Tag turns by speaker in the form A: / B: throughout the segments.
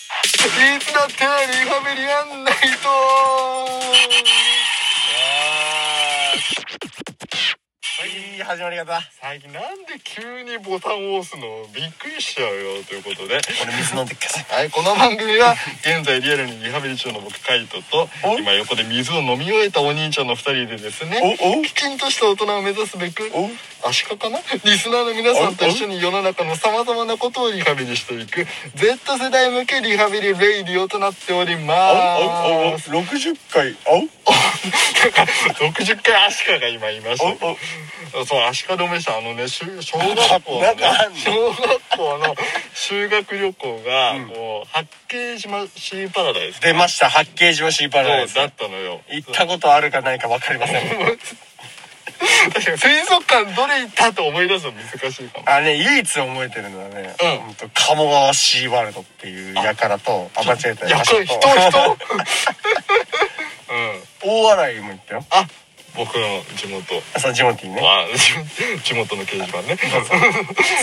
A: つだってリハビリやんないと
B: いい始まり方
A: 最近なんで急にボタンを押すのびっくりしちゃうよということで
B: 俺水飲んでっかさ
A: はい、この番組は現在リアルにリハビリ中の僕カイトと
B: お
A: 今横で水を飲み終えたお兄ちゃんの2人でですね
B: お
A: きちんとした大人を目指すべく
B: おお
A: アシカかなリスナーの皆さんと一緒に世の中のさまざまなことをリハビリしていく Z 世代向けリハビリレイディオとなっておりま
B: あ
A: す
B: 六十回あお
A: 60回アシカが今いました
B: おお
A: そう、足利めしたあのね、しゅ小学校の、
B: な
A: ね
B: んかあん、の
A: 小学校の修学旅行が、こう、八景島シーパラダイス
B: 出ました八景島シーパラダイス
A: そうだったのよ。
B: 行ったことあるかないか分かりません
A: 確かに水族館どれ行ったって思い出すの難しいかも。
B: あね唯一覚えてるのはね、
A: うん
B: ほと鴨川シーワールドっていう輩とあ間違えた
A: いや、これ人、人 うん。
B: 大洗も行ったよ
A: あ、僕の地元。
B: あそのジモティね
A: あ、地元の掲示板ね。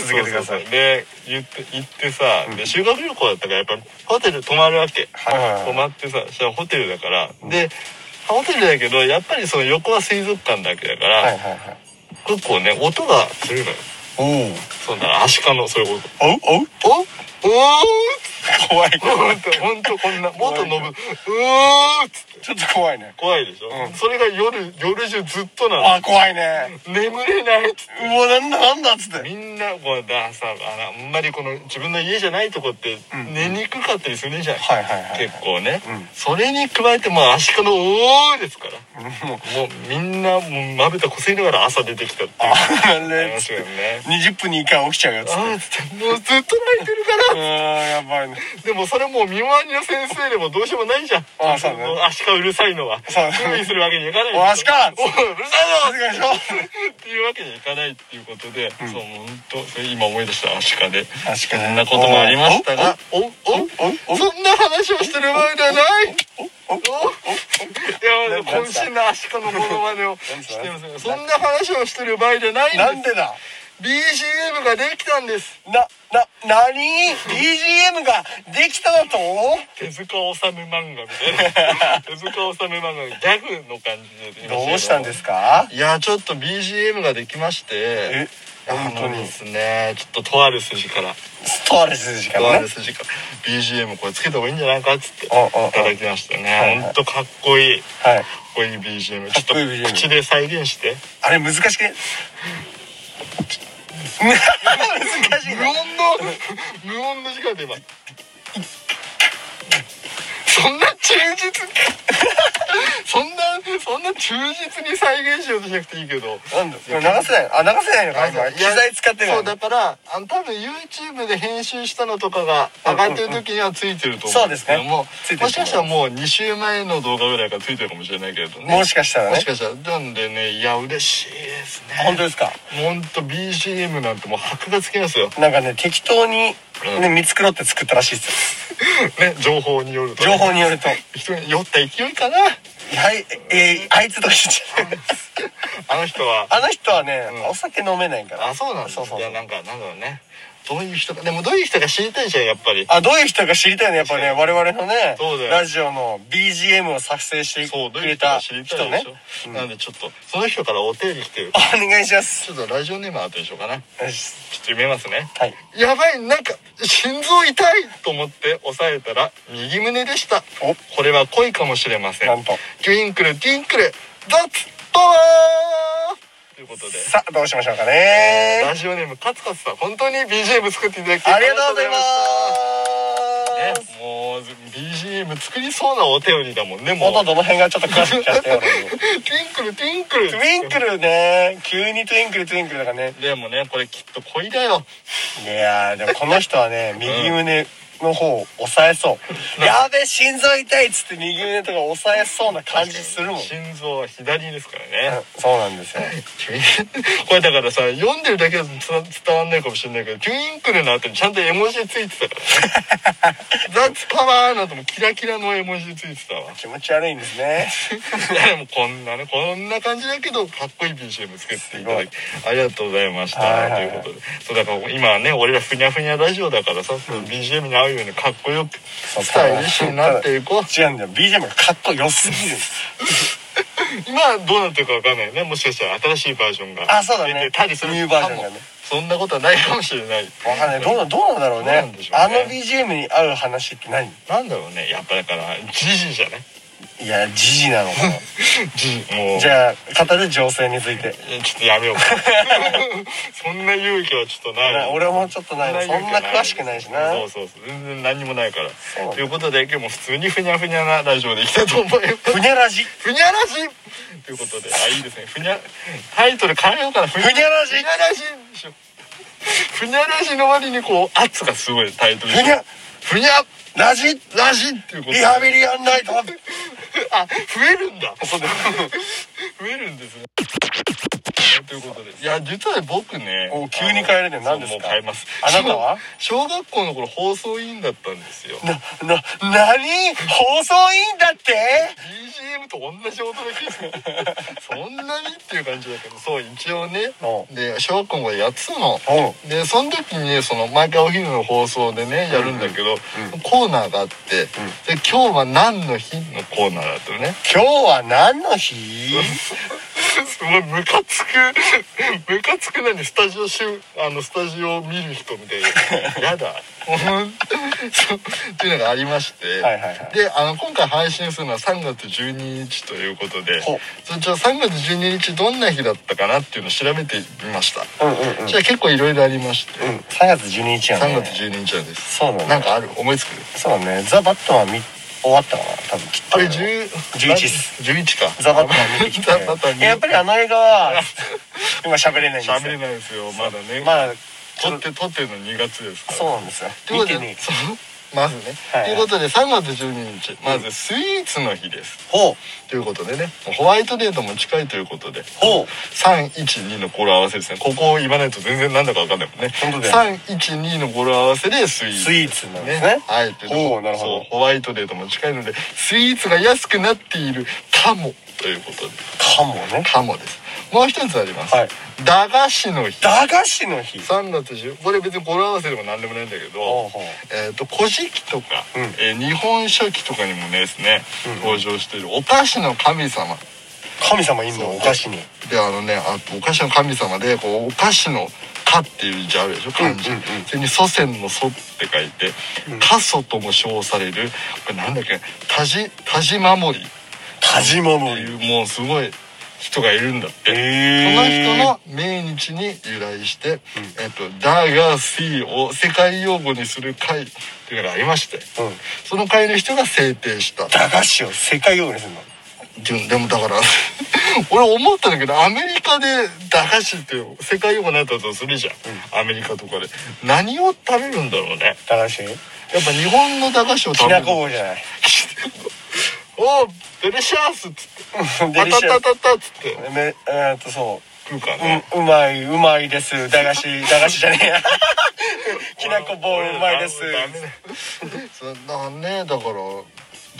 B: 続けてくださ
A: そうそ
B: い
A: うそうで言って行ってさ、で修学旅行だったからやっぱホテル泊まるわけ、
B: はいはいはい
A: 泊まってさそしたらホテルだから、でホテルだけどやっぱりその横は水族館だけだから、
B: はいはいはい
A: 結構ね音がするのよ
B: おお
A: そんなアシカのそういうこ
B: おうおう
A: とおおー
B: 怖い
A: ほんとほんとこんな元信うーっつって
B: ちょっと怖いね
A: 怖いでしょ、
B: うん
A: それが夜夜中ずっとなの
B: あ怖いね
A: 眠れないっつって
B: うわなんだなんだっつって
A: みんなこうださあのあんまりこの自分の家じゃないとこって
B: うん
A: 寝にくかったりするじゃん、
B: はいはいはい
A: 結構ね、
B: うん
A: それに加えてまあアシカの「おー」ですから
B: もう
A: もうみんなもうまぶたこすりながら朝出てきたっていう
B: あれ
A: 話だよね
B: 20分に1回起きちゃうやつって
A: ああつってもうずっと泣いてるか
B: うーんやばい
A: ら
B: ね
A: でもそれもう見回りの先生でもどうしようもないじゃん
B: あーそうね
A: アシカうるさいのは
B: そうね
A: 注意するわけにいかない
B: おアシカ
A: おうるさいの
B: お願いします
A: っていうわけにいかないっていうことで、そう本当それ今思い出したアシカで
B: アシカね
A: そんなこともありましたがおお
B: おお
A: そんな話をしてる場合ではない
B: おお
A: いや
B: ななんすか
A: 渾身のアシカのモノマネを
B: なんすか
A: してますがそんな話をしてる場合じゃないんで
B: なんでだ
A: す BGM ができたんです
B: なななに BGM ができただと
A: 手塚治虫漫画みたいな手塚治虫漫画のギャグの感じで
B: どうしたんですか
A: いやちょっと BGM ができまして
B: え本当
A: あの
B: に
A: ですねちょっととある筋から
B: ストアレスですか
A: とあ
B: らね
A: る筋から BGM これつけた方がいいんじゃないかっつってい
B: おおお
A: ただきました
B: はいは
A: ね
B: い
A: ほんとかっこいいか
B: はい
A: っこいい BGM
B: か
A: ち
B: っこいい
A: ょっ
B: BGM
A: と口で再現して
B: あれ難しくね 難しい
A: 無音
B: ね
A: の無音の時間で今そんな忠実 そんなそんな忠実に再現しようとしなくていいけど
B: なんだこれ流せないあ流せないのか今機材使ってる
A: そうだからあの多分 YouTube で編集したのとかが上がってる時にはついてると思うんですけども、
B: そうですねつい
A: もし
B: てると思います
A: かしたらもう2週前の動画ぐらいからついてるかもしれないけれどね
B: もしかしたら
A: も
B: ね
A: しかしたらなんでねいや嬉しいですね
B: 本当ですか
A: ほんと BGM なんてもう箔がつき ますよ
B: なんかね適当に
A: うん
B: ね見繕って作ったらしいです
A: ね情報によると
B: よ情報によると
A: 人に酔った勢いかな
B: はいえーあいつと一緒に
A: あの人 は
B: あの人はね、
A: うん
B: お酒飲めないから
A: あそうなんです
B: そうそう
A: いやなんかなんだろうねどういう人かでもどういう人か知りたいじゃんやっぱり
B: あどういう人か知りたいねやっぱね我々のね
A: そうだよ
B: ラジオの BGM を作成して
A: そうどうい
B: く
A: う
B: れ
A: 人か
B: た
A: 知
B: 人
A: りたいで
B: ね
A: しょ、なんでちょっとその人からお手入れ来てる
B: お願いします
A: ちょっとラジオネーム後にしようかな。ちょ
B: よし
A: っと読めますね。
B: はい
A: やばい、なんか、心臓痛いと思って押さえたら、右胸でした。
B: お
A: これは恋かもしれません。
B: なんと
A: トゥインクル、ティンクル、ザッツ、パワーということで、
B: さあどうしましょうかね
A: ラジオネーム、カツカツさん、本当に BGM 作っていただき
B: ありがとうございま
A: ありがとうございますす。ね、もう、BGM 作りそうなお手売りだもんね、もう。
B: 元どの辺がちょっと詳しく聞かせてよ俺に
A: ティンクル、ティンクル。
B: トゥインクルね急にトゥインクルトゥインクルだからね
A: でもね、これきっと恋だよ。
B: いやーでもこの人はね右胸の方を押さえそうやべ心臓痛いっつって右胸とか押さえそうな感じするもん、うん
A: 心臓は左ですからね。
B: そうなんですよ
A: これだからさ読んでるだけだとつな伝わんないかもしれないけど「トゥインクル」の後にちゃんと絵文字ついてた からね「ザッツパワー」の後もキラキラの絵文字ついてた わ
B: 気持ち悪いんですね
A: いやでもこんなねこんな感じだけどかっこいい BGM つけていただきありがとうございました、
B: はいはいはい
A: ということでそうだから今はね俺らふにゃふにゃラジオだからさ、その BGM に合うようにかっこよくスタイリッシュになっていこう
B: 違うんだよ BGM がかっこよすぎる
A: 今はどうなってるかわかんないねもしかしたら新しいバージョンが
B: あそうだね
A: 出てたりする
B: ニューバージョンがね
A: そんなことはないかもしれない
B: わかんないどうなどうなんだろう
A: どうなん
B: ね
A: でしょうね
B: あの BGM に合う話って何
A: なんだろうねやっぱだからじじいじゃない
B: いやジジなのかな
A: じじい もう
B: じゃあ語る情勢について
A: ちょっとやめようか そんな勇気はちょっとない
B: な俺はもうちょっとないそんな詳しくないしな
A: そうそうそう全然何にもないから
B: うなんだ
A: ということで今日も普通にふにゃふにゃなラジオでいきたいと思います
B: ふにゃらじ
A: ふにゃらしということであいいですねふにゃタイトル変えようかなふ
B: ふにゃらじ
A: ふにゃらしにしようふにゃらしの割にこう圧がすごいタイトル
B: ふにゃ
A: ふにゃ
B: らじ
A: らしっていうことで
B: リハビリやんないと
A: あ増えるんだ そうです増えるんですねということでいや実は僕ね
B: お急に変えるね
A: あの
B: 何で
A: そ
B: すか
A: うもう変えます
B: あなたは
A: 小小学校の頃放送委員だったんですよ
B: なな何放送委員だって
A: BGM と同じ音だけそんなにっていう感じだけどそう一応ね
B: う
A: で小学校のやつの
B: おう
A: でその時にねその毎回お昼の放送でねやるんだけど、コーナーがあって、で今日は何の日のコーナーだったのね
B: 今日は何の日
A: すごいムカつくムカつくなにスタジオしゅあのスタジオを見る人みたい なやだそうっていうのがありまして、
B: はいはいはい
A: であの今回配信するのは3月12日ということで
B: ほう
A: そちら3月12日どんな日だったかなっていうのを調べてみました
B: うんうんうん
A: そしたら結構いろいろありまして、
B: うん3月12日やね
A: 3月12日なんです
B: そうだね
A: なんかある思いつく
B: そうね、ザ・バットマン見終わったかな、多分きっと。
A: あれ10
B: 11っす
A: 11か
B: ザ・バットマン見てき て。
A: ザバットマン見
B: いややっぱりあの映画 は、今喋れないんですよ。
A: 喋れないですよまだね、
B: まあ、ち
A: 撮
B: ょ
A: っ
B: っと
A: て撮ってるの2月ですから
B: そうなんですよ。
A: というこ
B: 見
A: と
B: て
A: で
B: ね。
A: そうまずね、
B: はい
A: ということで3月12日まずスイーツの日です、
B: ほう、
A: ということでねホワイトデートも近いということで
B: ほう。
A: 312の語呂合わせですねここを言わないと全然なんだか分かんないもんね
B: 本当だ
A: 312の語呂合わせでスイーツ
B: スイーツなんですね
A: ね。はいということで
B: ほうなるほど
A: そうホワイトデートも近いのでスイーツが安くなっているかもということで
B: かもね。
A: かもですもう一つあります、
B: はい
A: 駄菓子の日
B: 駄菓子の日。
A: 3月10これ別に語呂合わせでも何でもないんだけど
B: ほうほう
A: えー、と古事記とか、
B: うん
A: えー日本書紀とかにもですね
B: うん
A: 登場しているお菓子の神様
B: 神様いんの
A: そう
B: お菓子に。
A: であのねあとお菓子の神様でこうお菓子の「か」っていう字あるでしょ漢字、
B: うんうんうん
A: それに祖先の「祖」って書いて
B: う
A: 「
B: ん
A: 過祖」とも称されるこれなんだっけ田じ田じ守りっ
B: 田島
A: て
B: も
A: いうもうすごい人がいるんだって、そ
B: え
A: の人の命日に由来して、えっと、ダガシーを世界用語にする会っていうのがありまして、
B: うん
A: その会の人が制定した。
B: 駄菓子を世界用にするの。
A: でもでもだから 俺思ったんだけどアメリカで駄菓子っていう世界用語になったとするじゃん、アメリカとかで何を食べるんだろうね
B: 駄菓子
A: やっぱ日本の駄菓子を
B: き
A: 食べ
B: な
A: る
B: こ
A: お
B: 棒じゃない。
A: おデリシャースっつって「
B: デ
A: あ
B: リシ
A: た
B: ャ
A: たたた」っつって
B: めえーっと、そう。
A: 食うからね、
B: うん、うまいうまいです 駄菓子駄菓子じゃねえや きなこ棒うまいです
A: ダメだそうだねだからど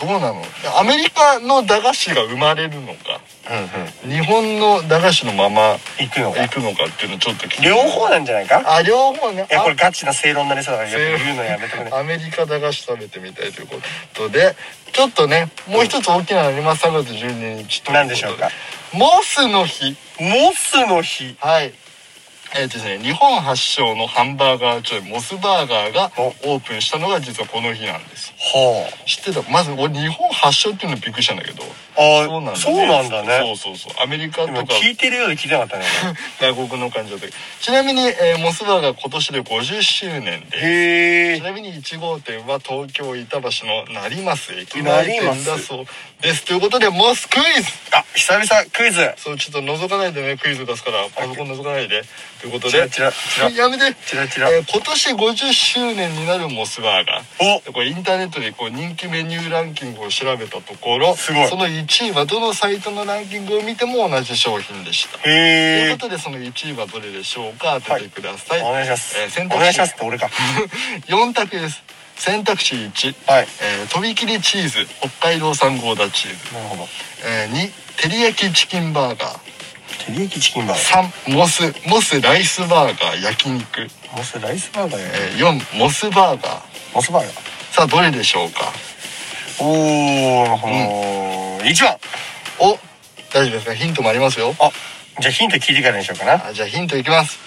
A: うなのアメリカの駄菓子が生まれるのか
B: うんうん
A: 日本の駄菓子のまま
B: 行くの
A: 行
B: が
A: くのかっていうのちょっと聞いて
B: 両方なんじゃないか
A: あ両方ね
B: いやこれガチな正論になりそうだからやっぱ言うのやめてくれ
A: アメリカ駄菓子食べてみたいということでちょっとねもう一つ大きなのあります3月12日ということ
B: 何でしょうか
A: モスの日
B: モスの日
A: はいえーとですね、日本発祥のハンバーガーチェーンモスバーガーが
B: お
A: オープンしたのが実はこの日なんです
B: ほう
A: 知ってたまず俺日本発祥っていうのびっくりしたんだけど
B: あそうなんだね
A: そうそうそうアメリカと
B: 今
A: か
B: 聞いてるようで聞いてなかったね
A: 外国の感じだったけどちなみに、えーモスバーガー今年で50周年で
B: 俺
A: ち
B: へえ
A: なみに1号店は東京板橋の成増駅前店だそうですということでモスクイズ
B: あ久々クイズ
A: そうちょっと覗かないでねクイズ出すからパソコン覗かないでということ
B: チラ
A: で
B: チラチラ
A: やめて
B: チラチラ
A: えー今年50周年になるモスバーガー
B: お
A: これインターネットでこう人気メニューランキングを調べたところ
B: すごい
A: その1位はどのサイトのランキングを見ても同じ商品でした
B: へ
A: という
B: え
A: ことでその1位はどれでしょうか当ててください、
B: お 願いします
A: えー選
B: お
A: 択肢
B: 願いしますって俺か
A: 4択です選択肢1、
B: はい
A: えーとびきりチーズ北海道産ゴーダチーズ、
B: なるほど
A: えー2照り焼きチキンバーガー
B: 照り焼きチキンバー
A: 3モスモスライスバーガー焼肉、
B: ガーモスライスバーガーや
A: えー4モスバーガー
B: おそばが。
A: さあどれでしょうか
B: おー、ほー1番。
A: お大丈夫ですかヒントもありますよ
B: あ、じゃあヒント聞いてからにしようかな。
A: あじゃあヒントいきます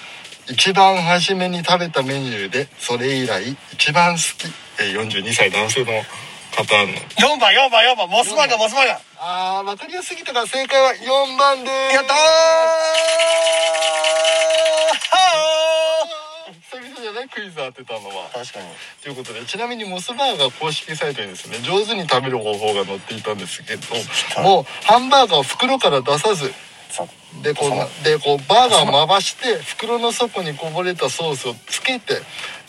A: 一番初めに食べたメニューでそれ以来一番好きえー42歳男性の方の
B: 4番、4番、4番、モスバーガー、モスバーガー。
A: あーわかりやすすぎたから正解は4番でーす
B: やったー
A: 久々じゃないクイズ当てたのは
B: 確かに。
A: ということでちなみにモスバーガー公式サイトにですね上手に食べる方法が載っていたんですけどもうハンバーガーを袋から出さず
B: そう。
A: でこうなでこうバーガーを回して袋の底にこぼれたソースをつけて、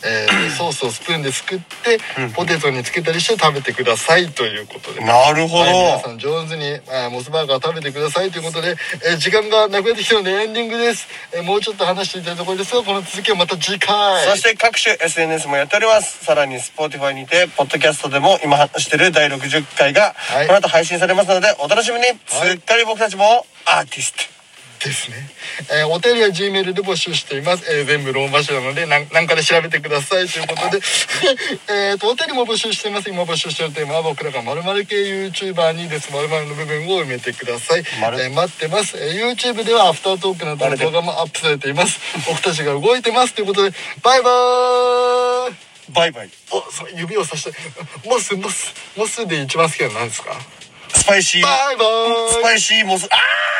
A: え ーソースをスプーンですくってポテトにつけたりして食べてくださいということで。
B: なるほど。
A: はい、皆さん上手に、えーモスバーガー食べてくださいということで、えー時間がなくなってきたのでエンディングです、えーもうちょっと話していたいところですがこの続きはまた次回
B: そして各種 SNS もやっております。さらに Spotify にて、ポッドキャストでも今話してる第60回が、
A: はい
B: この後配信されますので、お楽しみに、
A: い
B: すっかり僕たちもアーティスト。
A: ですね、えーお便りは G メールで募集しています、えー全部ローマ字なのでなんなんかで調べてくださいということで えーとお便りも募集しています今募集しているテーマは僕らが〇〇系 YouTuber にです〇〇の部分を埋めてください、え
B: 丸
A: ー待ってます、えー YouTube ではアフタートークなどの動画もアップされています僕たちが動いてますということでバイバーイ
B: バイバイ。
A: おそう指をさして モスモスモスで一番好きなの何ですか
B: スパイシー、
A: バイバーイ
B: スパイシーモス、あー